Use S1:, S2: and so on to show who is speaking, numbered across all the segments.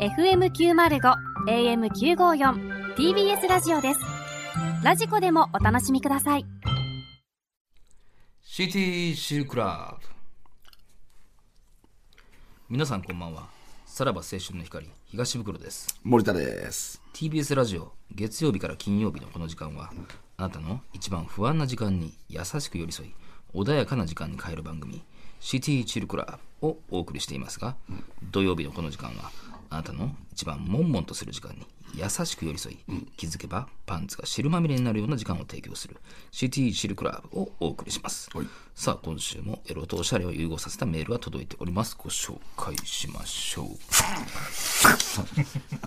S1: FM905 AM954 TBS ラジオですラジコでもお楽しみください
S2: シティシルクラブ皆さんこんばんはさらば青春の光東袋です
S3: 森田です。
S2: TBS ラジオ月曜日から金曜日のこの時間はあなたの一番不安な時間に優しく寄り添い穏やかな時間に変える番組「シティチルクラブ」をお送りしていますが土曜日のこの時間はあなたの一番悶々とする時間に優しく寄り添い気づけばパンツが汁まみれになるような時間を提供する「シティチルクラブ」をお送りします、さあ今週もエロとおしゃれを融合させたメールが届いておりますご紹介しましょう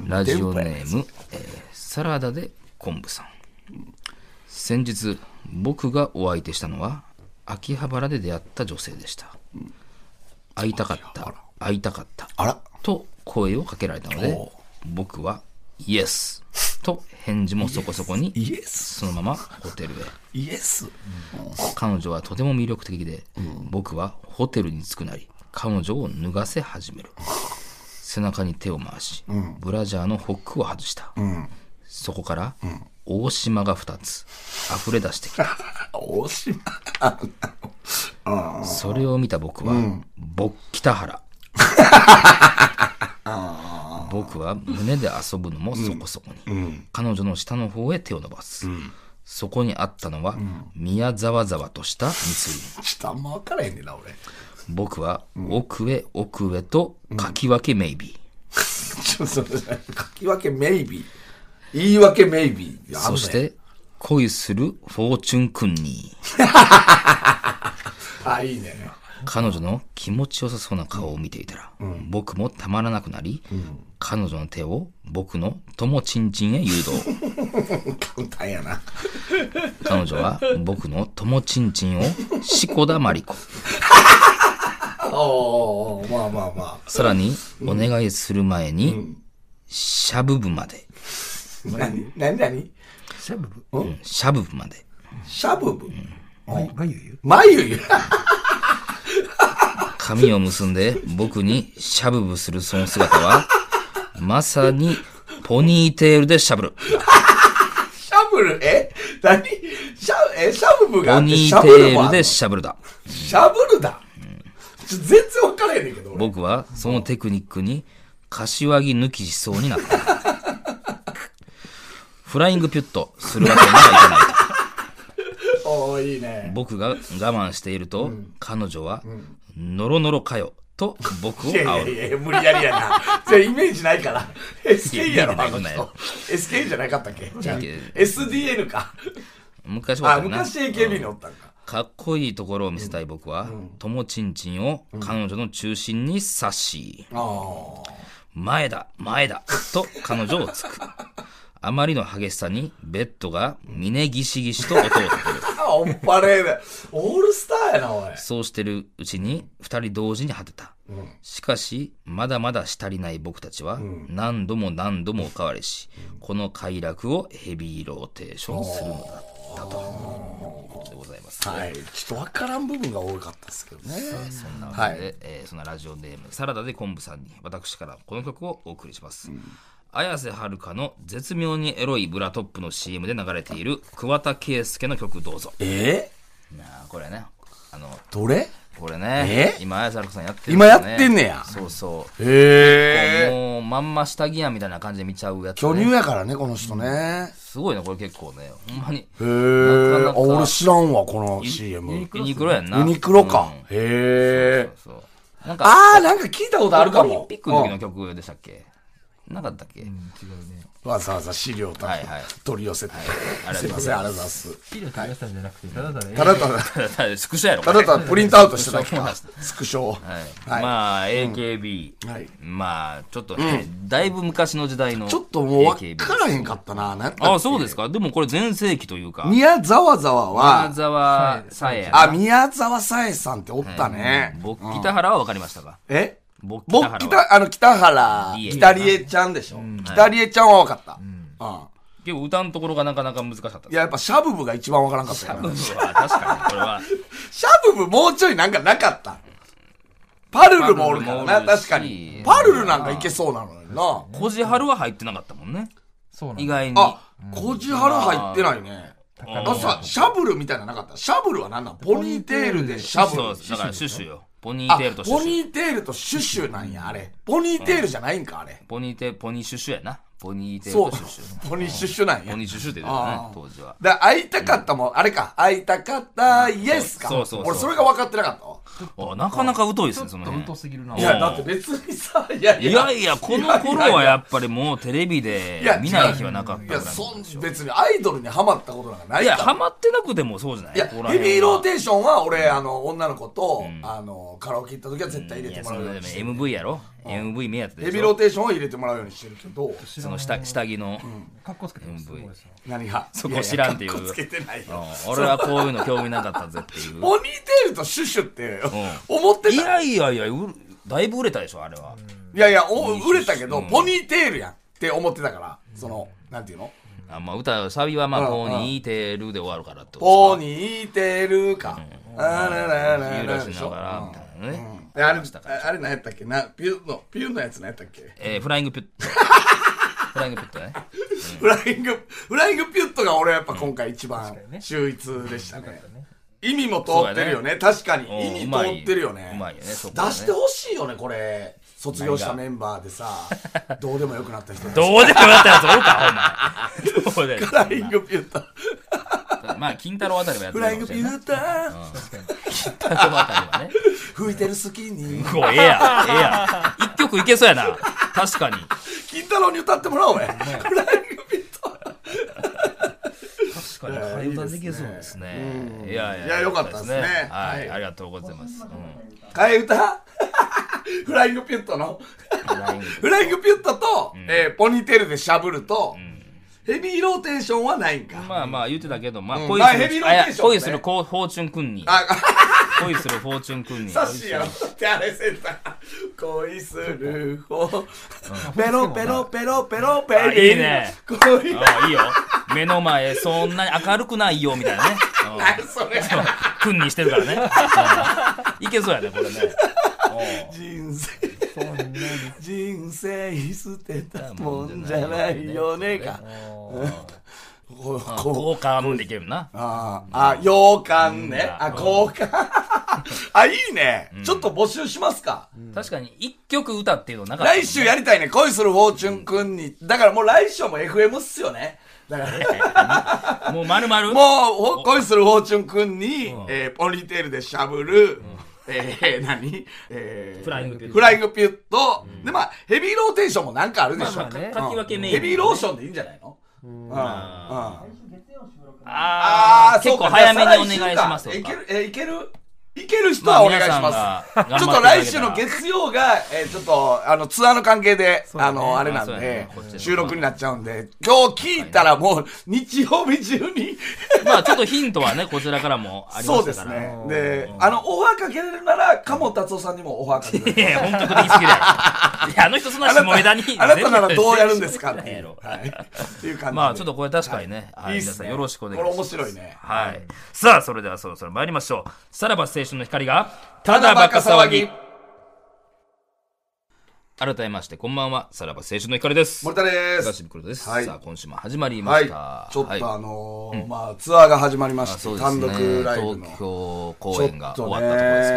S2: ラジオネーム、えーサラダで昆布さん。先日、僕がお相手したのは、秋葉原で出会った女性でした。会いたかった、会いたかった、
S3: あら、
S2: と声をかけられたので
S3: お、
S2: 僕は、イエスと返事もそこそこに、
S3: イエス、
S2: そのままホテルへ。
S3: イエス。
S2: 彼女はとても魅力的で、僕はホテルに着くなり彼女を脱がせ始める背中に手を回し、ブラジャーのホックを外した、そこから、大島が2つ溢れ出してきた
S3: 大島。
S2: それを見た僕は、ボッキタハラ僕は胸で遊ぶのもそこそこに、彼女の下の方へ手を伸ばす、そこにあったのは、宮ざわざわとした密林
S3: 下も分からへんねんな、俺。
S2: 僕は奥へ奥へと書き分けメイビー、
S3: ちょっとそれ、書き分けメイビー。言い訳メイビー。
S2: そし。て恋するフォーチュン君に
S3: あ、いいね。
S2: 彼女の気持ちよさそうな顔を見ていたら、僕もたまらなくなり、彼女の手を僕の友ちんちんへ誘導
S3: 簡単やな。
S2: 彼女は僕の友ちんちんをしこだまりこ
S3: おー、まあまあま
S2: さらにお願いする前に、しゃぶぶまで、
S3: あ。なになになに
S4: シャブブ
S2: うんしゃぶぶまで
S3: シャブブ。
S4: 眉ゆ
S3: 眉毛。
S2: 髪を結んで僕にしゃぶぶするその姿は、まさにポニーテールでしゃぶる。
S3: シャブル、えなにシャ、え、シャブブがあ
S2: ポ
S3: って
S2: ニ
S3: シ
S2: ー
S3: ャ
S2: テ
S3: ブルも
S2: ー
S3: あ
S2: ル
S3: ん
S2: で
S3: の
S2: しゃぶるだ。
S3: シャブルだ。ちょ全然分からへんねんけど、俺。
S2: 僕はそのテクニックに柏木抜きしそうになった。フライングピュッとするわけにはいかない。
S3: おー、いいね。
S2: 僕が我慢していると、彼女は、ノロノロかよ、と僕を
S3: いやい
S2: 煽
S3: や
S2: る。
S3: いや、無理やりやな。じゃあイメージないから。SK やろ、
S2: いや
S3: あ
S2: イメージな
S3: の
S2: くない
S3: 人。SK じゃなかったっけじゃあ
S2: いや
S3: SDN か。
S2: 昔は
S3: あ、昔 AKB におったんか。
S2: かっこいいところを見せたい僕は、友ちんちんを彼女の中心に刺し、
S3: ああ。
S2: 前だ、前だ、と彼女をつく。あまりの激しさに、ベッドが峰ギシギシと音を立てる。
S3: あ、おっぱれだ。オールスターやな、おい。
S2: そうしてるうちに、二人同時に果てた。しかし、まだまだしたりない僕たちは、何度も何度もおかわりし、この快楽をヘビーローテーションするのだったと。いうことでございます。
S3: はい。ちょっと分からん部分が多かったですけどね。
S2: そんなわけで、
S3: はい
S2: えーそんなラジオネームサラダで昆布さんに私からこの曲をお送りします、綾瀬はるかの絶妙にエロいブラトップの CM で流れている桑田佳祐の曲どうぞ
S3: え
S2: なあこれねあの
S3: どれ
S2: これね
S3: え
S2: 今綾瀬はるかさんやってる
S3: 今やってんねや
S2: そうそ
S3: え
S2: う
S3: え。
S2: もうまんま下着やみたいな感じで見ちゃうやつ、
S3: 巨乳
S2: ね、
S3: やからね、この人ね。
S2: すごいねこれ結構ねほんまに
S3: へえ。
S2: なかな
S3: あ、
S2: か
S3: 俺知らんわ、この
S2: ユ
S3: CM
S2: ニ。クロやんな
S3: ユニクロ
S2: うん
S3: か。へえ。
S2: そうそうなんか
S3: あー、なんか聞いたことあるか
S2: オリン
S3: も
S2: ピッ。クの時の曲でしたっけなかったっけ、
S4: 違うね。
S3: わざわざ資料を
S2: はいはい
S3: 取り寄せて。
S2: ありがと
S3: す
S2: う
S3: い
S2: ご
S3: ま
S2: ざいます
S3: せん、ありがとうござい ます。
S4: 肥料垂らしたんじゃなくて、ただただ、
S3: ただただ、
S2: スクショやろ。こ
S3: た
S2: れ
S3: だただプリントアウトしてただけ
S2: そうなん
S3: か
S2: で。
S3: スクショを。
S2: はい、
S3: は
S2: まあ、AKB、
S3: はい
S2: まあ、ちょっとね、だいぶ昔の時代の AKB。
S3: い。ちょっともう分からへんかったな。なん
S2: あ
S3: か
S2: あ、そうですか。でもこれ全盛期というか、
S3: 宮沢沢
S2: 宮
S3: は、
S2: 沢さえやな。
S3: あ、宮沢さえさんっておったね。
S2: 僕、北原は分かりましたか。
S3: え
S2: 僕、北
S3: 僕、
S2: 原は。
S3: 北、あの、北原
S2: 理恵、
S3: 北里恵ちゃんでしょ。北里恵ちゃんは分かった。うん
S2: 結構歌のところがなかなか難しかったです。
S3: いや、やっぱシャブブが一番分からんかったよな
S2: うわ確かに、これは。
S3: シャブブもうちょいなんかなかった。パルルもおるからな、
S2: パルルもおるし
S3: 確かに。パルルなんかいけそうなのにな。
S2: コジハルは入ってなかったもんね
S4: そうなん
S2: 意
S4: だ
S2: 外に
S3: あ、コジハラ入ってないね。
S4: 高
S3: あ
S4: 野
S3: さ、シャブルみたいなのなかったシャブルは何なんポニーテールでシャ
S2: そ
S3: ブル
S2: う。だからシュッシュよポニー
S3: あ
S2: テールと、シュッ
S3: ポ
S2: シ
S3: ニ
S2: ュ
S3: ーテールとシュッシュなんや、あれ。ポニーテールじゃないんか、あれ。
S2: ポニーテールポニーシュッシュやなポニーテー
S3: そう
S2: ルとシュッシュ。
S3: ポニーシュッシュなんや
S2: ポ。ニーシュッシュって言ってた
S3: あ
S2: ね
S3: ー
S2: 当時は
S3: だから会いたかったもん、あれか。会いたかった、イエスか。
S2: そうそうそう
S3: 俺、それが分かってなかったわ
S2: あなかなか疎いですねその
S4: ちょっと疎
S2: 辺
S4: すぎるない
S2: い
S3: や、
S2: や
S3: だって別にさ、いやい
S2: い
S3: や。
S2: やいやこの頃はやっぱりもうテレビで
S3: いや
S2: 見ない日はなかった
S3: い
S2: ぐら
S3: や、
S2: いの
S3: そ
S2: こと
S3: ん
S2: でしょ
S3: 別にアイドルにハマったことなんかないい
S2: や
S3: か
S2: ハマってなくてもそうじゃない
S3: ら。いや、
S2: ここら
S3: ヘ
S2: 辺は
S3: ビーローテーションは俺、あの、女の子と、あの、カラオケ行った時は絶対入れ
S2: い
S3: て
S2: や
S3: も
S2: そ
S3: らう
S2: の
S3: よ
S2: で
S3: うに
S2: も
S3: してる。
S2: MV やろ MV 目当てでしょ
S3: ヘビーローテーションを入れてもらうようにしてるけど、
S2: その下下着の、
S4: かっこつけてますすごいですよ
S3: 何が
S2: そこ知らんっていう
S3: ややかっこつけてないよ。
S2: うん俺はこういうの興味なかったぜっていう
S3: ポニーテールとシュッシュって、思って
S2: い
S3: た。
S2: やいやいやうるだいぶ売れたでしょあれは、
S3: いやいや、お売れたけど、
S2: うん
S3: ポニーテールやんって思ってたから、その、なんていうの
S2: あまあ歌サビはまあ
S3: うん
S2: ポニーテールで終わるからって
S3: ポ
S2: ー
S3: ニーテールか。あらららら
S2: ゆら
S3: ら
S2: し
S3: でし
S2: な
S3: ょ
S2: がらみたいなね、
S3: うんあれ、あれ何やったっけな、ピューの、ピューのやつ何やったっけ
S2: えーフライングピュ ッフライングピュッとね
S3: フライング、フライングピュットが俺やっぱ今回一番
S4: かにね
S3: 秀逸でしたね。
S4: ね
S3: 意味も通ってるよね。確かに。
S2: うん
S3: 意
S2: う
S3: 味
S2: まい
S3: 通ってるよね。
S2: うまいよねそこ
S3: 出
S2: はね
S3: してほしいよね、これ。卒業したメンバーで さ、どうでもよくなった人たち。
S2: どうでもよかったやつおるかお前ど うでも
S3: フライングピュット。
S2: まあ金太郎あたりはやって
S3: フ
S2: るか
S3: ラ
S2: も
S3: イング
S2: し
S3: ピ
S2: れん
S3: ュ
S2: な
S3: ット。
S2: 金太郎あたりはね
S3: 吹いてる隙に。
S2: こうええやんええやん一曲いけそうやな確かに
S3: 金太郎に歌ってもらおうや。フライングピュット。
S2: 確かに替え歌できそうですねいやいや
S3: いや良かったですね
S2: は
S3: はいい
S2: ありがとうございますうん
S3: 替え歌 フライングピュットの
S2: フライング
S3: フライングピュットと、えーポニーテールでしゃぶると、ヘビーローテーションはないんか。
S2: まあまあ言ってたけどまあ
S3: うん
S2: 恋
S3: まあ
S2: す
S3: ヘビ
S2: る
S3: ーローテーション
S2: あ
S3: ね
S2: いや恋するこうフォーチュン君に
S3: あ、
S2: 恋するフォーチュン君に
S3: さっしーやろってあれせんた恋する方、ペロペロペロペロペロ
S2: あいいね
S3: 恋
S2: あいいよ目の前そんなに明るくないよみたいなねうん
S3: 何それ
S2: 君にしてるからねうんいけそうやねこれね
S3: 人生人生捨てたもんじゃないよねかこうこう
S2: 交換できるな
S3: ああ、あ、洋館ね。あ、交換。あ、いいね。ちょっと募集しますか。
S2: 確かに一曲歌っていうのなかったもんね
S3: 来週やりたいね。恋するフォーチュンくんに。だからもう来週も FM っすよね。だから、
S2: もう丸々
S3: もう、恋するフォーチュンくんに、えーポニーテールでしゃぶる、えー、何えー、
S2: フライングピュット
S3: フライングピュット。で、まあ、ヘビーローテーションもなんかあるでしょ。
S2: まあまあねかき分けメイン
S3: ヘビーローションでいいんじゃないのうん。うん。
S2: ああ
S3: ー
S2: 結
S3: そう
S2: 構
S3: か
S2: 早めにお願いします
S3: じゃあ
S2: とか
S3: 再来週かいける、えーいけるいける人はお願いします。
S2: まあ皆さんが頑張って
S3: ちょっと来週の月曜が、えーちょっと、あの、ツアーの関係で、あの、あれなん
S2: まあそうや
S3: で
S2: ねこっち、の
S3: 収録になっちゃうんで、今日聞いたらもう、日曜日中に、
S2: まあちょっとヒントはねこちらからもありま
S3: そう
S2: し
S3: で
S2: た
S3: す
S2: から
S3: ね。で、あの、オファーかけれるなら、鴨達夫さんにもオファーかけれ
S2: い
S3: る。
S2: やいや、本格的すぎるやろ。いや、あの人そんな 下ネタに。
S3: あなたならどうやるんですかってい
S2: 全
S3: う。
S2: 然
S3: はい。っていう感じで。
S2: まあ、ちょっとこれ確かにね。はいい、
S3: いっ
S2: 皆
S3: す
S2: さ
S3: ね。
S2: んよろしくお願い
S3: これ
S2: しま
S3: 面
S2: す。
S3: 白いね。
S2: はい。さあ、それではそろそろ参りましょう。さらば青春の光が、た
S3: た
S2: だ
S3: だ
S2: バ
S3: バ
S2: カ
S3: カ
S2: 騒
S3: 騒
S2: ぎ
S3: ぎ。。
S2: 改めまして、こんばんは。さらば青春の光です。
S3: 森田です。
S2: 東袋です。
S3: はい
S2: さあ、今週も始まりま
S3: は
S2: し
S3: い
S2: た。、
S3: ちょっ
S2: はい
S3: とあのーまあ、ツアーが始まりま
S2: あ
S3: して、
S2: そうです
S3: 単
S2: ね
S3: 独ライブの
S2: 東京公演が
S3: ち
S2: 終
S3: ょっ
S2: わ
S3: と
S2: ったところです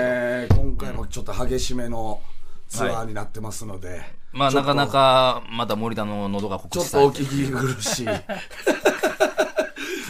S2: けど。
S3: ね今回もちょっと激しめのツアーになってますので、
S2: まあ、
S3: ちょ
S2: な
S3: っと
S2: かなか、まだ森田の喉が
S3: ち
S2: 告
S3: ょ
S2: 知
S3: っ
S2: さ
S3: と
S2: れ
S3: お
S2: て。
S3: 聞き 苦しい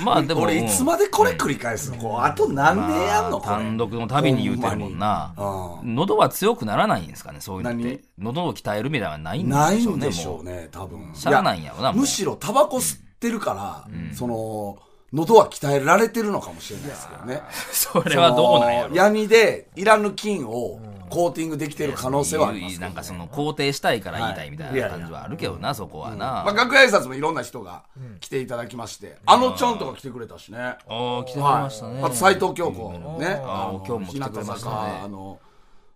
S2: まあ、でも。
S3: 俺いつまでこれ繰り返すのこうあと何年やんのこ
S2: まあ
S3: れ、
S2: 単独の旅に言うてるもんな
S3: ほんま
S2: 喉は強くならないんですかねそういうのって喉を鍛えるみたいなのはないん
S3: な
S2: で
S3: い
S2: しょうんね
S3: でしょ
S2: も
S3: うね多分
S2: しゃあないんやろな
S3: や
S2: もう
S3: むしろタバコ吸ってるから、その喉は鍛えられてるのかもしれないですけどね
S2: うそれはどうなんや
S3: そ
S2: ろ
S3: の闇でいらぬ菌をコーティングできてる可能性はありますけど
S2: なんかその肯定したいから言いたいみたいな感じはあるけどなそこはな
S3: まあ、楽屋挨拶もいろんな人が来ていただきまして、あのちゃんとか来てくれたしね。
S2: あー来てくれましたね
S3: はい、あと斎藤京子ね。
S2: あー
S3: の
S2: 今日も来てくれましたね
S3: 日向坂あの、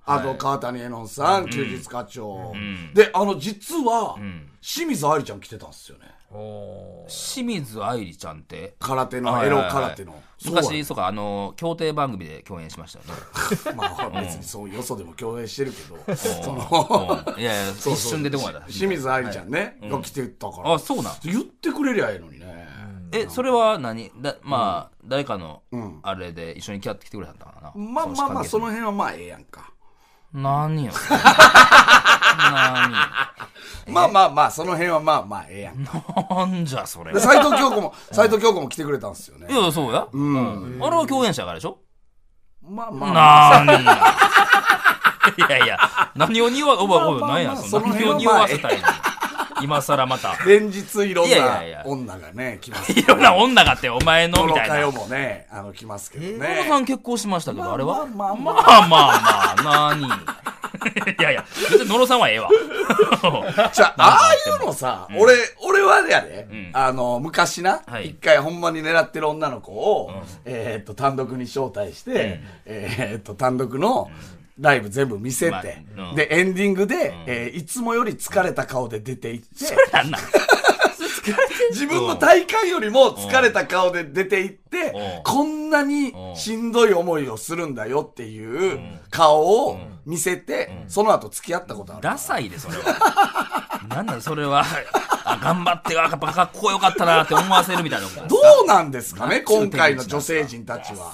S3: あと川谷絵音さん、休日課長。で、あの、実は、清水愛理ちゃん来てたんですよね。
S2: あ
S4: おー
S2: 清水愛理ちゃんって
S3: 空手
S2: は
S3: の
S2: いは
S3: エ
S2: い
S3: ロ
S2: はい
S3: 空手のそうは
S2: 昔そうかあの協定番組で共演しましたよね
S3: まあ別にそうよそでも共演してるけど その
S2: うんいやいや
S3: そうそう
S2: 一瞬出てこないだ
S3: 清水愛理ちゃんねが来てたから
S2: あそうなん
S3: 言ってくれりゃええのにね
S2: えそれは何だまあ誰かの
S3: うん
S2: あれで一緒にキャッて来てくれたんだからな
S3: まあまあまあその
S2: 辺
S3: 辺はまあええやんか
S2: 何よ何
S3: まあまあまあその辺はまあまあええやんか
S2: なんじゃそれ
S3: で斎藤京子も斎藤京子も来てくれたんですよね
S2: いやそうや、
S3: うん
S2: あれは共演者やからでしょ
S3: まあまあまあ
S2: なんや いやいや何をにわおばおば
S3: まあまあ
S2: 何や
S3: そ
S2: そ
S3: の
S2: の何
S3: 辺は
S2: をにおわせたいの今さらまた
S3: 連日いろん
S2: いや
S3: な
S2: や
S3: い
S2: いや
S3: 女がね来ます
S2: いろんな女がってお前の
S3: ト
S2: み
S3: ロ
S2: たい
S3: カ
S2: な
S3: ヨ
S2: お
S3: もねあの来ますけど
S2: ば
S3: ね
S2: さん結婚しましたけど、あ、れは
S3: まあまあま
S2: まあまあまあ、何 いやいや、別に野呂さんはええわ。
S3: じゃあ、ああいうのさ、俺、俺はやで、
S2: うん
S3: あの、昔な、一、
S2: はい
S3: 回ほんまに狙ってる女の子を、えーっと、単独に招待して、えーっと、単独の、ライブ全部見せて、
S2: まあうん
S3: で、エンディングで、えーいつもより疲れた顔で出ていって、
S2: なんなん
S3: 自分の体感よりも疲れた顔で出ていって
S2: うん、
S3: こんなにしんどい思いをするんだよっていう顔を見せて、その後付き合ったことある。
S2: ダサいで、それは。 なんだよそれは。あ、頑張って、あ、やっぱかっこよかったなって思わせるみたいなこと
S3: どうなんですかね今回の女性陣たちは。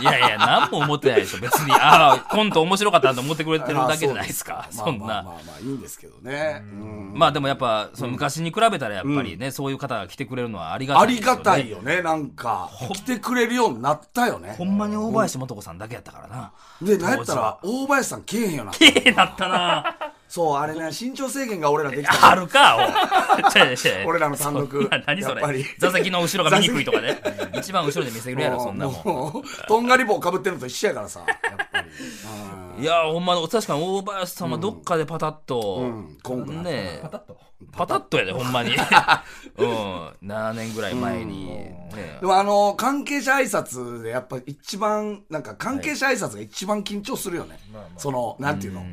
S2: いやいや、何も思ってないでしょ、別に。ああ、コント面白かったなと思ってくれてるだけじゃないですか、
S3: まあ
S2: そん
S3: まあまあ
S2: な。
S3: まあまあいいんですけどね。うん
S2: まあでもやっぱ、その昔に比べたらやっぱりね、そういう方が来てくれるのはありがた
S3: あ
S2: いで
S3: り
S2: すよね、
S3: がたいよね、なんか。来てくれるようになったよね
S2: ほ。んまに大林素子さんだけやったからな。
S3: で、なんやったら、大林さん来えへんよな。
S2: ええ、なったな。
S3: そう、あれね、身長制限が俺らできた
S2: あ
S3: から。
S2: るか、おいち ゃうちゃうちゃう
S3: 俺らの単独
S2: な。何そ
S3: やっぱ
S2: れ
S3: り。
S2: 座席の後ろが見にくいとか ね。一番後ろで見せるやろ、そんなもん。
S3: もう、とんがり棒かぶってるのと一緒やからさ、やっぱり。
S2: いやーほんまに確かに大林さんはどっかでパタッと、
S3: うん今回
S2: ね
S4: パタッと。
S2: パタッとやでほん まにうん7年ぐらい前に、ね
S3: でもあの、関係者挨拶でやっぱ一番、なんか関係者挨拶が一番緊張するよね。その、なんていうの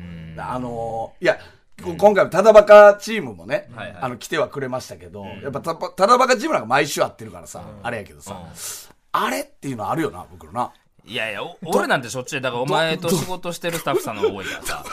S3: あの、いや、こ今回もただバカチームもね、
S2: はいはい
S3: あの、来てはくれましたけど、やっぱたただバカチームなんか毎週会ってるからさ、あれやけどさ、あれっていうのあるよな、僕のな。
S2: いやいやお俺なんてしょっちゅうだからお前と仕事してるスタッフさんの方が多いからさ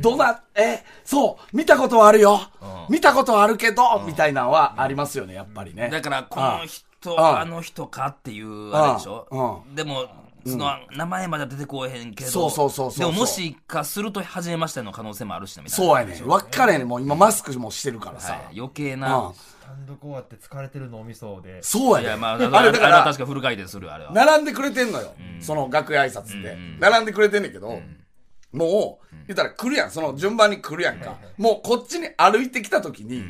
S3: どな、え、そう、見たことはあるよ、見たことはあるけど、みたいなのはありますよね、やっぱりね。
S2: だからこの人
S3: ああ
S2: あの人かっていうあれでしょでもその名前までは出てこえへんけど
S3: そうそうそうそう
S2: でももしかすると初めましての可能性もあるしなみたいな
S3: そうやねん。分かれへんねん。もう今マスクもしてるからさ。
S2: はい余計
S3: うん
S2: な、
S4: 単独終わって疲れてる脳みそで。
S3: そう
S2: いや
S3: やねん。
S2: まああれ
S3: あれだか
S2: は
S3: ら
S2: 確、かフル回転するあれは
S3: 並んでくれてんのよ。その楽屋挨拶って。並んでくれてんねんけど、もう、言ったら来るやん。その順番に来るやんか。もうこっちに歩いてきた時に、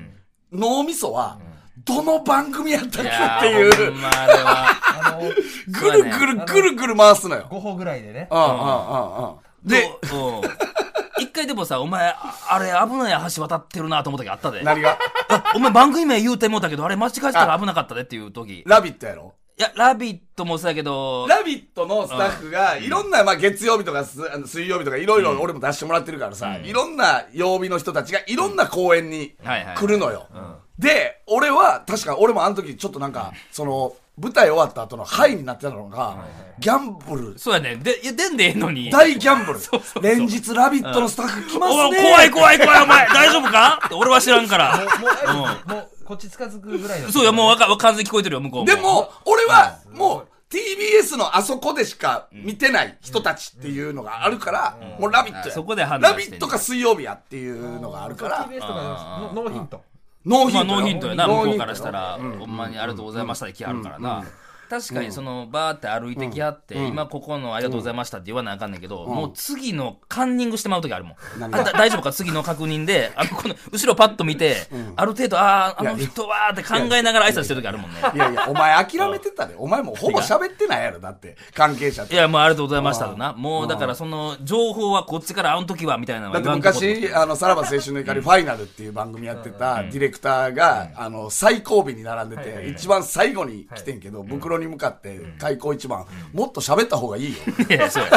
S3: 脳みそは、どの番組やった
S2: い
S3: っけ
S2: や
S3: って
S2: ー
S3: い
S2: ほ
S3: う、
S2: んまあれは
S4: あの、
S3: ぐるぐるぐるぐる回すのよ。
S4: 5歩ぐらいでね
S3: う。んうんうんうん。で、
S2: そううん一回でもさ、お前、ああれ危ない橋渡ってるなと思った時あったで。
S3: 何が
S2: あお前番組名言うてもうたけど、あれ間違えてたら危なかったでっていう時。い
S3: ラビットやろ
S2: や、ラビットもそうやけど、
S3: ラビットのスタッフが、いろんな、まあ、月曜日とかすあの水曜日とか、いろいろ俺も出してもらってるからさ、いろんな曜日の人たちが、いろんな公演に
S2: はいはい
S3: 来るのよ。で、俺は、確か俺もあの時、ちょっとなんか、その、舞台終わった後のハイになってたのが、ギャンブル、
S2: そうやね。で、いや出んでええのに。
S3: 大ギ ャンブル。連日、ラビットのスタッフ来ます
S2: お
S3: ね。
S2: 怖い怖い怖い、お前、大丈夫かって俺は知らんか
S4: も
S2: ら。
S4: う、もうあれです、もう、こっち近づくぐらいの。
S2: そうや、もうわかわ完全に聞こえてるよ、向こうも。
S3: でも、俺は、もう、TBS のあそこでしか見てない人たちっていうのがあるから、もうラビット
S2: あ
S3: や。
S2: そこで判断
S3: ラ
S2: してん
S3: ビ
S2: ね
S3: ットか水曜日やっていうのがあるか
S4: そ
S3: ら
S4: っち、ベースとかのノーヒント。
S3: ノーヒ
S2: まあ、
S3: ントよ。
S2: ノーヒントやな、
S3: ノ
S2: 向
S3: ーヒ
S2: こう
S3: ント
S2: からしたら、ほんまにありがとうございましたで来はるからな。確かにそのバーって歩いてきはって、今ここのありがとうございましたって言わなあかんねんけど、もう次のカンニングしてまう時あるもん。
S3: 何が
S2: あだ大丈夫か次の確認で、あの、この、後ろパッと見て、ある程度、ああ、あの人はーって考えながら挨拶してる時あるもんね。
S3: いやいや、お前諦めてたで。お前もうほぼ喋ってないやろ、だって。関係者と
S2: いや、もうありがとうございましたとな。もうだからその、情報はこっちからあの時はみたいなのは
S3: だって
S2: 言わんとこう
S3: 昔、あの、さらば青春の怒りファイナルっていう番組やってたディレクターが、あの、最後尾に並んでて、一番最後に来てんけど、袋に向かって、開口一番、もっと喋った方がいいよ。
S2: いや、そうや。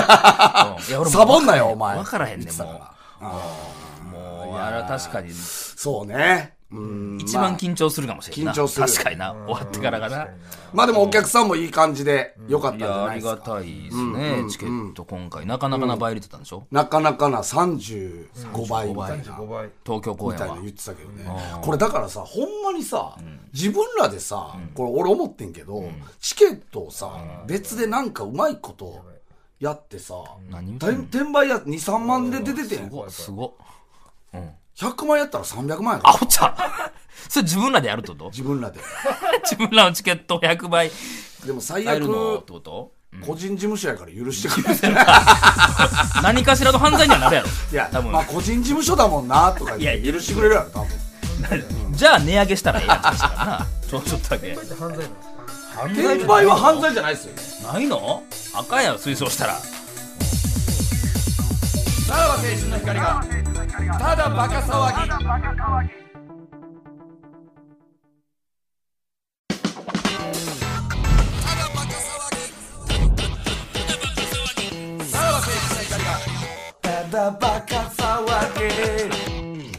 S2: うんいや俺も
S3: サボんなよ、お前。
S2: わからへんねん、も
S3: 言ってたから
S2: う。もう、あれは確かに。
S3: そうね。うん
S2: 一番緊張するかもしれんない。
S3: 緊張する
S2: 確かにな。終わってからがな。
S3: まあでもお客さんもいい感じで良かったん
S2: い
S3: じゃ
S2: や、
S3: な
S2: あ
S3: い
S2: り
S3: です
S2: が
S3: か。
S2: たいですね。チケット今回、なかなかな倍入れてたんでしょ
S3: なかなかな35倍みたいな
S4: 35。倍
S2: 東京公
S3: み
S2: 演
S3: たいな
S2: は
S3: の。言ってたけどね、これだからさほんまにさ、自分らでさ、これ俺思ってんけど、チケットをさ、別でなんかうまいことやってさ、
S2: 何言うて
S3: 転
S2: んの
S3: 転売や23万で出てて
S2: すごい、すごい。
S3: 100万やったら300万やか
S2: ア
S3: ら
S2: ホちゃん それ自分らでやるってこと
S3: 自分らで
S2: 自分らのチケットを100倍
S3: でも最
S2: 入
S3: 悪
S2: るのってこと
S3: 個人事務所やから許してくれて
S2: 何かしらの犯罪にはなるやろ。
S3: いや
S2: 多分
S3: まあ個人事務所だもんなとか言っ
S2: い
S3: て
S2: や
S3: 許してくれるやろ多分
S2: じゃあ値上げしたらええやつですからな。ちょ、ちょっとだけ。
S4: これって犯罪なんですか
S2: 犯罪じ
S3: 転
S2: ゃな
S3: 売
S2: い
S3: は犯罪じゃないですよ
S2: ないのあかんやろ、推奨したら。
S3: さらば青春の光がただバカ騒ぎ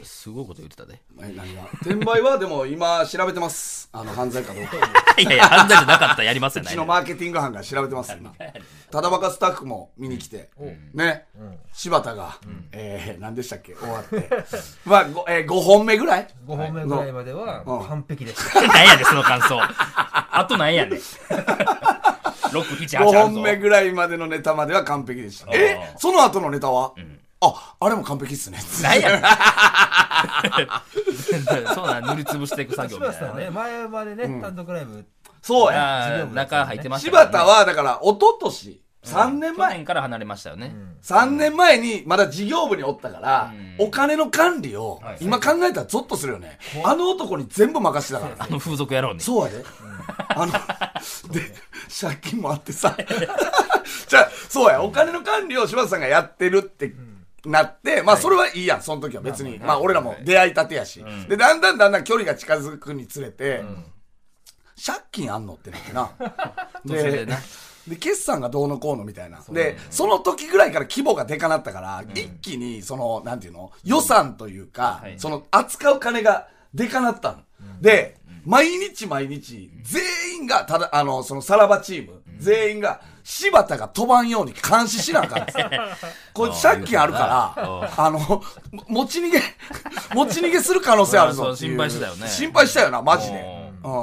S2: すごいこと言ってたで。
S3: え何が転売はでも今調べてますあの犯罪かどうか
S2: いやいや、犯罪じゃなかったらやりますよ、
S3: う
S2: な
S3: ち
S2: い
S3: の
S2: の
S3: マーケティング班が調べてま す今ただバカスタッフも見に来て、ね、柴田が、えー何でしたっけ終わって まあ、ごえ5本目ぐらい
S4: 5本目ぐらいまでは
S3: うん
S4: 完璧でした
S2: 何やねん、その感想。あとなんやねん。6、7、8
S3: 5
S2: あるぞ
S3: 本目ぐらいまでのネタまでは完璧でしたえその後のネタは、ああれも完璧っすね
S2: なんやねん。 そうなん、塗りつぶしていく作業み
S4: 柴
S2: た
S4: 田
S2: い
S4: さ
S2: なんね
S4: ね。前までね単独ライブ
S3: そうや
S2: あー中入ってましたから
S3: 柴
S2: ね。
S3: 田はだから一昨年3年
S2: 去
S3: 前
S2: 年から離れましたよね。
S3: 3年前にまだ事業部におったから、お金の管理を、今考えたらゾッとするよね。あの男に全部任せてたから
S2: あ。の風俗野郎に。
S3: そうやで。あ の、で、借金もあって さ。じゃあ、そうや、お金の管理を柴田さんがやってるって。なって、まあそれはいいやん、その時は別に。まあ俺らも出会いたてやし。で、だんだんだんだん距離が近づくにつれて、借金あんのってなっ てな。
S2: 途中でな。
S3: で、決算がどうのこうのみたいな。で、その時ぐらいから規模がでかなったから、一気に、その、なんていうの予算というか、
S2: い
S3: その扱う金がでかなったの。で、毎日毎日、全員が、ただ、あの、そのさらばチーム、全員が、柴田が飛ばんように監視しな あかんっつってこれ借金あるから、あの、も持ち逃げ、持ち逃げする可能性あるぞっていう。
S2: そう心配してたよね
S3: 心配したよな、マジで。うん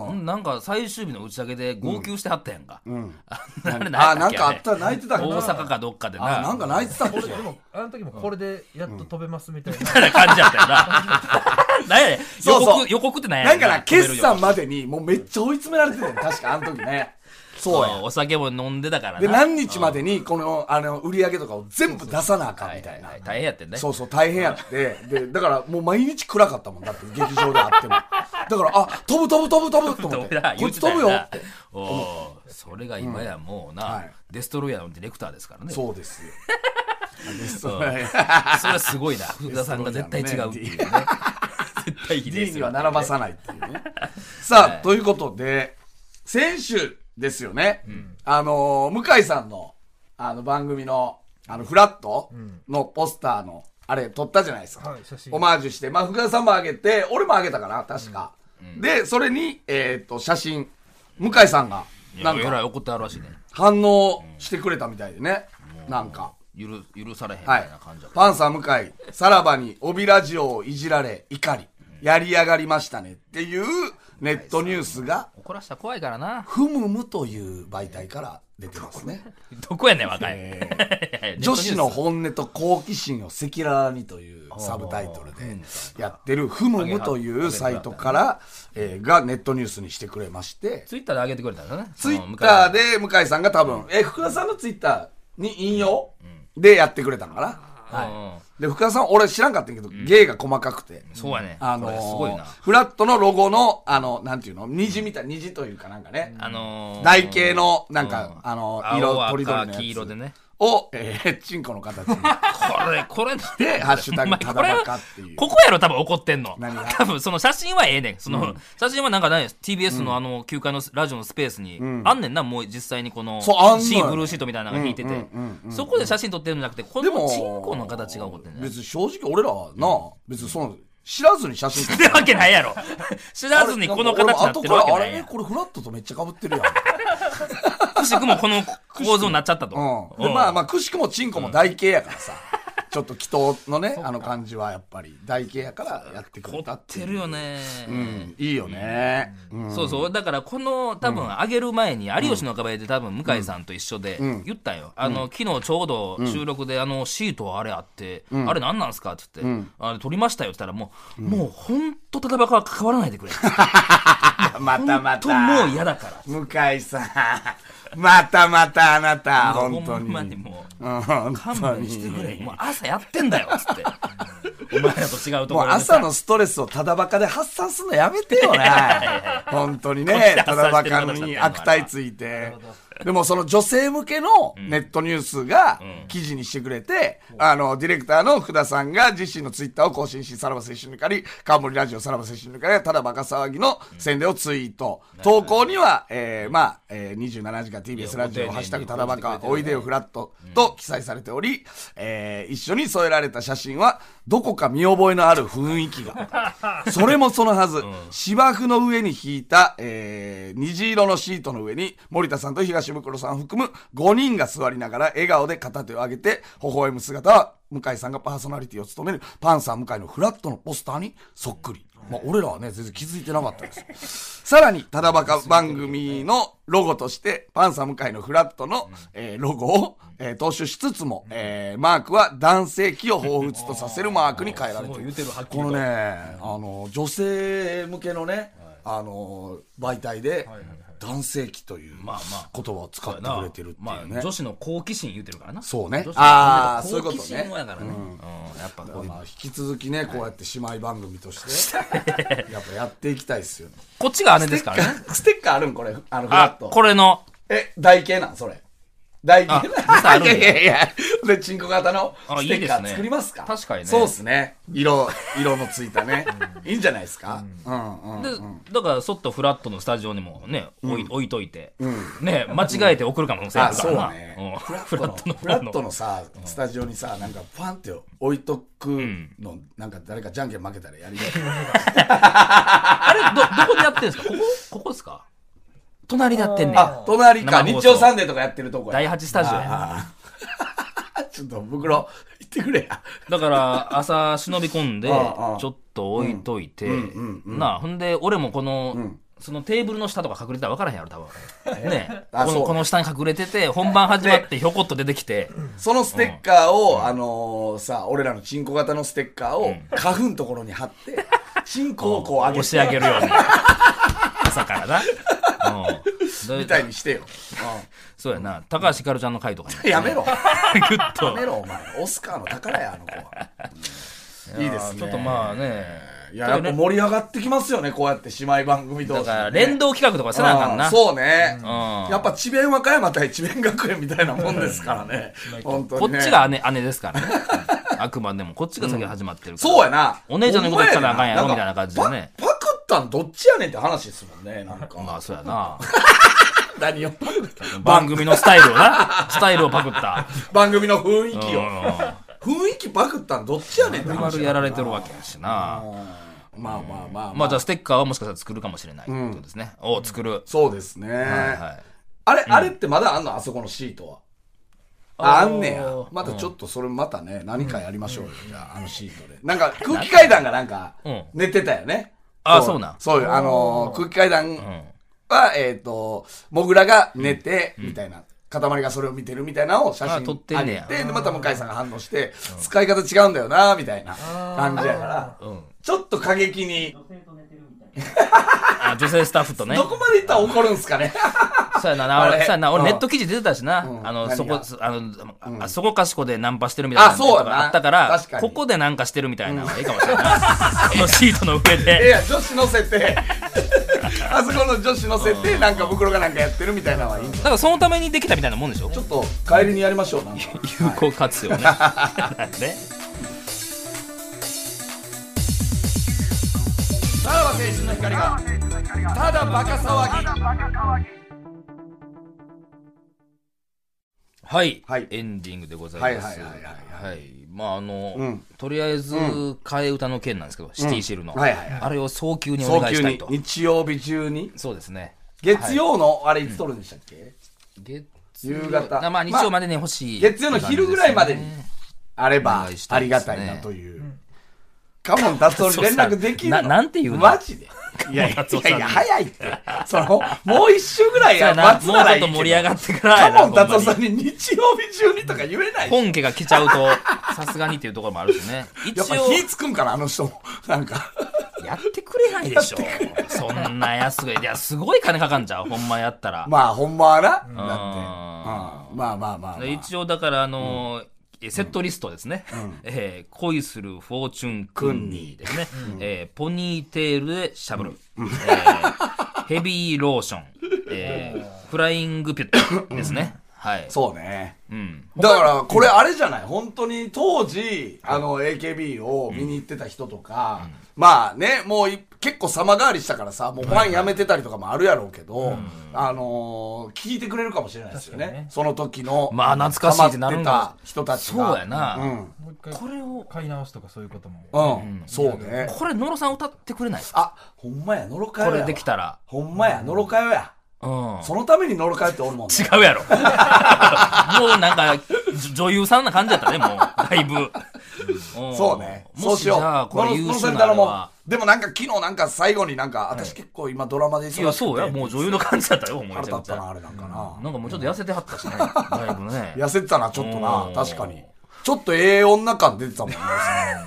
S2: うんなんか最終日の打ち上げで号泣してはったやんか。あれ
S3: あ、
S2: や
S3: な
S2: っ
S3: ん
S2: け
S3: かあ
S2: れ
S3: った、泣いてたっけ
S2: 大阪かどっかで
S3: あ、なん
S2: な。
S3: か泣いてたっけ
S4: これでもあの時もこれでやっと飛べますみたいな
S2: みたいな感じやったよな。 なんやねん。予
S3: そうそう
S2: 告、予告ってなんや
S3: な
S2: ね
S3: んかな、
S2: 止める
S3: 決算までに、もうめっちゃ追い詰められてたよ、確か、あの時ね。そう
S2: そう
S3: や。
S2: お酒も飲んでたからな。
S3: で、何日までに、この、あの、売り上げとかを全部出さなあかんみたいな
S2: はいはい。大変やってんね。
S3: そうそう、大変やって。で、だから、もう毎日暗かったもんだって、劇場であっても。だから、あ、飛ぶ飛ぶ飛ぶ 飛ぶと思
S2: 飛
S3: って
S2: ぶな。
S3: こ
S2: 言
S3: い
S2: っ
S3: つ
S2: て
S3: 飛
S2: た
S3: ぶ
S2: よ
S3: よ
S2: な
S3: って。
S2: おーそれが今やもう
S3: は、
S2: ないデストロイヤーのディレクターですからね。
S3: そうですよ。でそう
S2: それはすご いな。福田さんが絶対違うっていうね。絶対ひでえ
S3: D
S2: です
S3: に
S2: よ
S3: は並ばさないっていうね。さあ、ということで、先週ですよね。あのー、向井さんの、あの、番組の、あの、フラットのポスターの、あれ、撮ったじゃないですか。
S4: はい写真
S3: オマージュして、まあ、福田さんもあげて、俺もあげたかな、確か。で、それに、えっと、写真、向井さんが、
S2: い
S3: な
S2: や
S3: ん
S2: えらい
S3: か、
S2: 怒ってあるらしいね。
S3: 反応してくれたみたいでね。なんか。
S2: 許許されへんみ
S3: は
S2: た
S3: い
S2: いな感じや。
S3: パンサー向井、さらばに帯ラジオをいじられ、怒り、やりやがりましたねっていうネットニュースが、
S2: 怒らしたら怖いからな。
S3: ふむむという媒体から出てますね。
S2: どこやねん、 若い。いやいや
S3: 女子の本音と好奇心を赤裸々にというサブタイトルでやってるふむむというサイトから、えーがネットニュースにしてくれまして、
S2: ツイッターで上げてくれたんだね。
S3: ツイッター
S2: で。
S3: で向井さんが多分、え、福田さんのツイッターに引用でやってくれたのかな。
S2: は
S3: で、福田さん、俺知らんかったんやけど、芸が細かく
S2: い。
S3: て。
S2: そうやね。
S3: あ
S2: あ
S3: の
S2: の
S3: ー
S2: すごいな。
S3: フラットのロゴの、あの、なんていうの虹みたい、虹というかなんかね、
S2: あのー
S3: 台形の、なんか、
S2: うん
S3: あの、
S2: 青
S3: 色、
S2: 赤
S3: とりどりのやつ
S2: 黄色でね。
S3: を、えー、チンコの形に。
S2: これ、これ、
S3: で、ハッシュタ
S2: お
S3: グ、
S2: 前
S3: た
S2: こ
S3: だ
S2: れ
S3: バカっていう。
S2: ここやろ、多分怒ってんの
S3: 何が。
S2: 多分、その写真はええねん。その、写真はなんかない TBS のあの、9階のラジオのスペースに、あんねんな、もう実際にこの、
S3: そうあんのよ
S2: シーブルーシートみたいなのが引いてて。そこで写真撮ってるんじゃなくて、こ
S3: でも
S2: のチンコの形が怒ってんね
S3: 別に正直俺らはな、別にその、知らずに写真撮っ
S2: ってわけないやろ知らずにこの形になってるわけ
S3: あ
S2: な
S3: れ
S2: い
S3: ん
S2: や
S3: か俺も後からあれこれフラットとめっちゃ被ってるやん。
S2: くしくもこの構造になっちゃったと、
S3: うん。
S2: う
S3: で、
S2: ん
S3: まあまあ、くしくもチンコも台形やから さ。ちょっと祈祷のね、あの感じはやっぱり台形やからやってく
S2: 凝
S3: れた
S2: っ
S3: ってい
S2: て
S3: う。
S2: るよね、
S3: うん。いいよね。うん。
S2: そうそうだからこの多分上げる前に有吉の壁で多分向井さんと一緒で言ったんよ、あの昨日ちょうど収録であのシートあれあって、あれ何なんすかって言って、あれ撮りましたよって言ったらもう、もう本当戦いは関わらないでくれ
S3: またま
S2: 本当
S3: た。
S2: もう嫌だから
S3: 向井さん。 またまたあなた、
S2: もう
S3: 本当
S2: ほん
S3: に。
S2: まにもう
S3: うん本
S2: 勘
S3: 当
S2: 弁
S3: に
S2: してくれもう朝やってんだよっつ ってお前らと違うと
S3: も
S2: ころ
S3: う
S2: で
S3: 朝
S2: さ
S3: のストレスをただバカで発散するのやめてよね。本当に
S2: こっちで
S3: ね、た
S2: 発
S3: だ
S2: 散
S3: バ
S2: してる
S3: カ
S2: 方
S3: に悪態ついて。でもその女性向けのネットニュースが記事にしてくれて、あの、ディレクターの福田さんが自身のツイッターを更新し、さらば青春の光、冠ラジオさらば青春の光がただバカ騒ぎの宣伝をツイート。投稿には、えーまあ、えー27時間 TBS ラジ
S2: いやお丁寧
S3: オ、
S2: に
S3: ハッシュタグただバカ、おいでよフラットと記載されており、えー一緒に添えられた写真は、どこか見覚えのある雰囲気が。それもそのはず、芝生の上に引いた、えー虹色のシートの上に、森田さんと東袋さんを含む5人が座りながら、笑顔で片手を上げて、微笑む姿は、向井さんがパーソナリティを務める、パンサー向井のフラットのポスターにそっくり。まあ、俺らはね、全然気づいてなかった です。さらに、ただバカ番組のロゴとして、パンサー向井のフラットの、えーロゴを、えー踏襲しつつも、えーマークは男性器を彷彿とさせるマークに変えられている。このね、あの、女性向けのね、あの、媒体で、男性器という言
S2: まあまあ
S3: 葉を使ってくれてるって
S2: ま
S3: いう
S2: あ、
S3: ね
S2: 女。子の好奇心言うてるからな
S3: そうね
S2: 女子の
S3: あー
S2: 好奇
S3: そういうことね
S2: 心やからねうんやっぱこういう
S3: まあ、引き続きね、こうやって姉妹番組と して、やっぱやっていきたいですよね。
S2: こっちが姉ですからね
S3: ステッカーあるんこれ、あの、フラ
S2: あ
S3: ット。
S2: これの
S3: え、台形なんそれ。台形
S2: あ実はある
S3: な
S2: ん
S3: ん
S2: だ
S3: いやいやいや。で、チンコ型の
S2: あ
S3: ステ
S2: い
S3: ッカ
S2: いです
S3: ー
S2: ね
S3: 作りますか
S2: 確かにね
S3: そうですね。色、色のついたね。いいんじゃないですかうんうん。
S2: でだからそっとフラットのスタジオにもね置い置いといてね間違えて送るかもしれな
S3: あ、
S2: いか
S3: そう
S2: らな
S3: ね
S2: うん。
S3: フラ
S2: フラットの
S3: フラット
S2: の
S3: のさ、スタジオにさ、なんかパンって置いとくの、なんか誰かじゃんけん負けたら やりたい。
S2: あれどどこでやってるんですかここここですか隣でやってんねや
S3: あ、隣か、
S2: 生
S3: 日
S2: 放送
S3: 曜サンデーとかやってるとこや
S2: 第8スタジオや
S3: あー ちょっと袋、行ってくれや。
S2: だから朝忍び込んでち
S3: ああ
S2: ょっと置いといて
S3: ん
S2: なあほんで俺もこのそのテーブルの下とか隠れてたら分からへんやろ多分ね
S3: あ
S2: こ
S3: そう
S2: のこの下に隠れてて本番始まってひょこっと出てきて
S3: そのステッカーを、あのーさ、俺らのチンコ型のステッカーを、花粉のところに 貼って、チンコをこう上げ
S2: 押し上げ
S3: て、
S2: る ように朝からなうんどういう
S3: みたいにしてよ。
S2: そうやな高橋ひかるちゃんの回とかに
S3: うんやめろ。や
S2: グッと
S3: めろ、お前。オスカーの宝や、あの子は。うんいいですね。
S2: ちょっとまあね
S3: いや、やっぱ盛り上がってきますよね、こうやって姉妹番組同士、
S2: だ
S3: ね。
S2: から連動企画とかせなあかん
S3: あ
S2: な
S3: ーそうね。
S2: ん
S3: やっぱ智弁和歌山対智弁学園みたいなもんですからね。 本当
S2: こ
S3: に、ね。
S2: っちが姉姉です からねあくまでもこっちが先始まってるから
S3: そうやな。
S2: お姉ちゃんの言うこと聞かなあかんやろ
S3: ほま
S2: みたいな感じでね
S3: パパクったんどっちやねんって話ですもんね、なん か。
S2: まあそうやな
S3: 何をパクった
S2: 番組のスタイルを なスタイルをパクった
S3: 番組の雰囲気を。
S2: う
S3: 雰囲気パクったんどっちやねんっ
S2: ん
S3: て
S2: 丸
S3: 話。
S2: 々やられてるわけやしな
S3: まあまあまあ
S2: まあじゃあステッカーはもしかしたら作るかもしれないってことですねお作る
S3: そうですね。
S2: はい
S3: あれ、あれってまだあんのあそこのシートは。ああんねや。またちょっとそれまたね、何かやりましょうよ。じゃあ、あのシートで。なんか空気階段がなんか
S2: うん
S3: 寝てたよね。
S2: あそうなん
S3: そうよ。あのー、空気階段は、えっと、モグラが寝て、みたいな。塊がそれを見てるみたいなのを写
S2: あ
S3: 真
S2: 撮
S3: 撮
S2: っ
S3: って
S2: んね
S3: て
S2: や、
S3: で、また向井さんが反応して、使い方違うんだよな、みたいな感じやから、ちょっと過激に、
S2: あ女性スタッフとね
S3: どこまでいったら怒るんすかね。
S2: そうやな、俺、
S3: あれ
S2: そうやな、俺
S3: うん
S2: ネット記事出てたしな、
S3: ん
S2: あの、
S3: 何
S2: そこ
S3: が、
S2: あの、あそこかしこでナンパしてるみたいな
S3: あそうやな
S2: とかあったから
S3: 確か、
S2: こ
S3: に
S2: こでなんかしてるみたいなのがいいかもしれ ないな。このシートの上
S3: いやい
S2: で。
S3: や女子乗せ てあそこの女子乗せてなんか袋がなんかやってるみたいなのはいいんじ
S2: だ
S3: ゃ
S2: からそのためにできたみたいなもんでしょ
S3: んちょっと帰りにやりましょうなんか
S2: 有効活 用ね。なんかね
S3: さらば青春の光がただバカ騒ぎ
S2: はい
S3: はい。
S2: エンディングでござ
S3: はい
S2: い
S3: は
S2: ま
S3: いは
S2: す
S3: いはい。
S2: はい。まああの、とりあえず、替え歌の件なんですけど、シティシールの、
S3: はいはいはい
S2: あれを早急にお
S3: 早
S2: 願い
S3: 急
S2: したい
S3: に
S2: と。
S3: 日曜日中に
S2: そうですね。
S3: 月曜のあれいつ撮るんでしたっけ
S2: 月
S3: 夕方
S2: まあ、日曜までに欲しい、
S3: 月曜の昼ぐらいまでにあれ
S2: お
S3: ば
S2: 願いした
S3: あ
S2: い
S3: り
S2: で
S3: が
S2: す
S3: た
S2: ね
S3: いなというカモン達夫に連絡できるの
S2: そうさななんて言うの
S3: マジでいやいや
S2: 達夫
S3: い
S2: さん
S3: やいや早いってそのもう一週ぐらい
S2: じゃ
S3: や
S2: あな、
S3: 待つ
S2: もう
S3: な
S2: ち
S3: ら
S2: ょっ
S3: いいけ
S2: と
S3: ど
S2: 盛り上がってからやな
S3: カモン達夫
S2: ほんま
S3: さ
S2: に
S3: んに日曜日中にとか言えない
S2: 本家が来ちゃうと、さすがにっていうところもあるし ね。一
S3: やっぱ
S2: 応、
S3: 火つくんかなあの人も なんか
S2: やってくれないでしょ。そんな安い。いや、すごい金かかんじゃう。ほんまやったら。
S3: まあほんまはなだってうん
S2: あ
S3: まあまあまあまあ
S2: 一応、だから、あのーえセットリストですね。えー恋するフォーチュンクンニーですね。えーポニーテールでしゃぶる。えーヘビーローション。えーフライングピュットですね。はい。
S3: そうね
S2: うん。
S3: だから、これあれじゃない本当に当時、あの、AKB を見に行ってた人とか、まあね、もうい結構様変わりしたからさ、もうファン辞めてたりとかもあるやろうけど、あのー聞いてくれるかもしれないですよね。その時の、
S2: まあ懐かしいってなるんだ
S3: ハマってた人たちが。
S2: そうやな。
S3: うん。
S4: もう一回
S2: これを、
S4: 買い直すとかそういうことも
S3: うん。そうね。
S2: これ、野呂さん歌ってくれないですか
S3: あ、ほんまや、のろ
S2: こ
S3: かよやわ。
S2: れできたら。
S3: ほんまや、のろかよや。
S2: うん。
S3: そのためにのろかよっておるもんね。
S2: 違うやろ。 もうなんか、じょ女優さんな感じやったね、もう。だいぶ。ん
S3: そうね。そ
S2: も
S3: う
S2: し
S3: し
S2: じ
S3: よう。
S2: ゃあ、これ優
S3: のの
S2: 秀
S3: さん
S2: な
S3: 頼
S2: の
S3: もう
S2: は。
S3: でもなんか昨日なんか最後になんか、私結構今ドラマで忙しく
S2: い
S3: て
S2: や、そうや。もう女優の感じやったよ、もうめ
S3: 腹
S2: ち
S3: 立
S2: ゃく
S3: っ
S2: ちゃ
S3: たな、あれなんか
S2: な
S3: な。
S2: んかもうちょっと痩せてはったしね。 だいぶね。
S3: 痩せてたな、ちょっとな
S2: う。ん
S3: 確かに。ちょっとええ女感出てたもんね。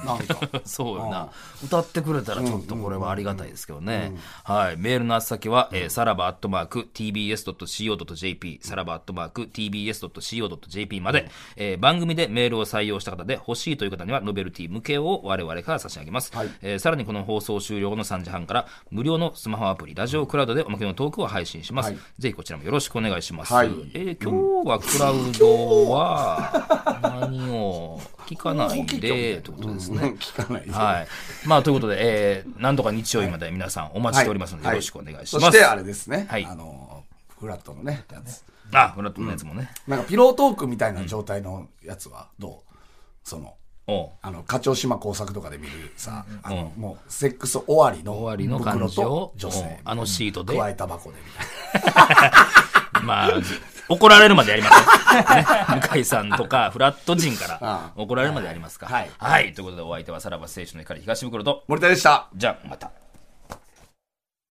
S3: なんか。
S2: そうよな。歌ってくれたらちょっとこれはありがたいですけどね。はい。メールの宛先は、えーさらばアットマーク tbs.co.jp、さらばアットマーク tbs.co.jp まで、えー番組でメールを採用した方で欲しいという方にはノベルティ向けを我々から差し上げます。えーさらにこの放送終了後の3時半から無料のスマホアプリラジオクラウドでおまけのトークを配信します。
S3: はい
S2: ぜひこちらもよろしくお願いします。
S3: はい
S2: えー今日はクラウドは何を聞かないでということですね。
S3: 聞かないで
S2: はい。まあ、ということで、えー、なんとか日曜日まで皆さんお待ちしておりますので、
S3: は
S2: よ
S3: い
S2: ろしくお願いします。
S3: そしてあれですね。
S2: はい
S3: あの、フラットのね、やつ。
S2: あ、フラットのやつもね。
S3: なんかピロートークみたいな状態のやつはどうその、
S2: おう
S3: あの、課長島工作とかで見るさ、あの、もう、セックス終わりの、
S2: 終わりの感
S3: 袋
S2: じ
S3: と
S2: を、
S3: 女
S2: おう
S3: 性。
S2: あのシートで、
S3: 加えたばこでみたいな。
S2: まあ、怒られるまでやりますよ、ね。向井さんと か、フラット陣から
S3: あ
S2: 怒られるまでやりますか。
S3: はい
S2: はい。ということで、お相手はさらば青春の光東袋と、
S3: 森田でした。
S2: じゃあ、また。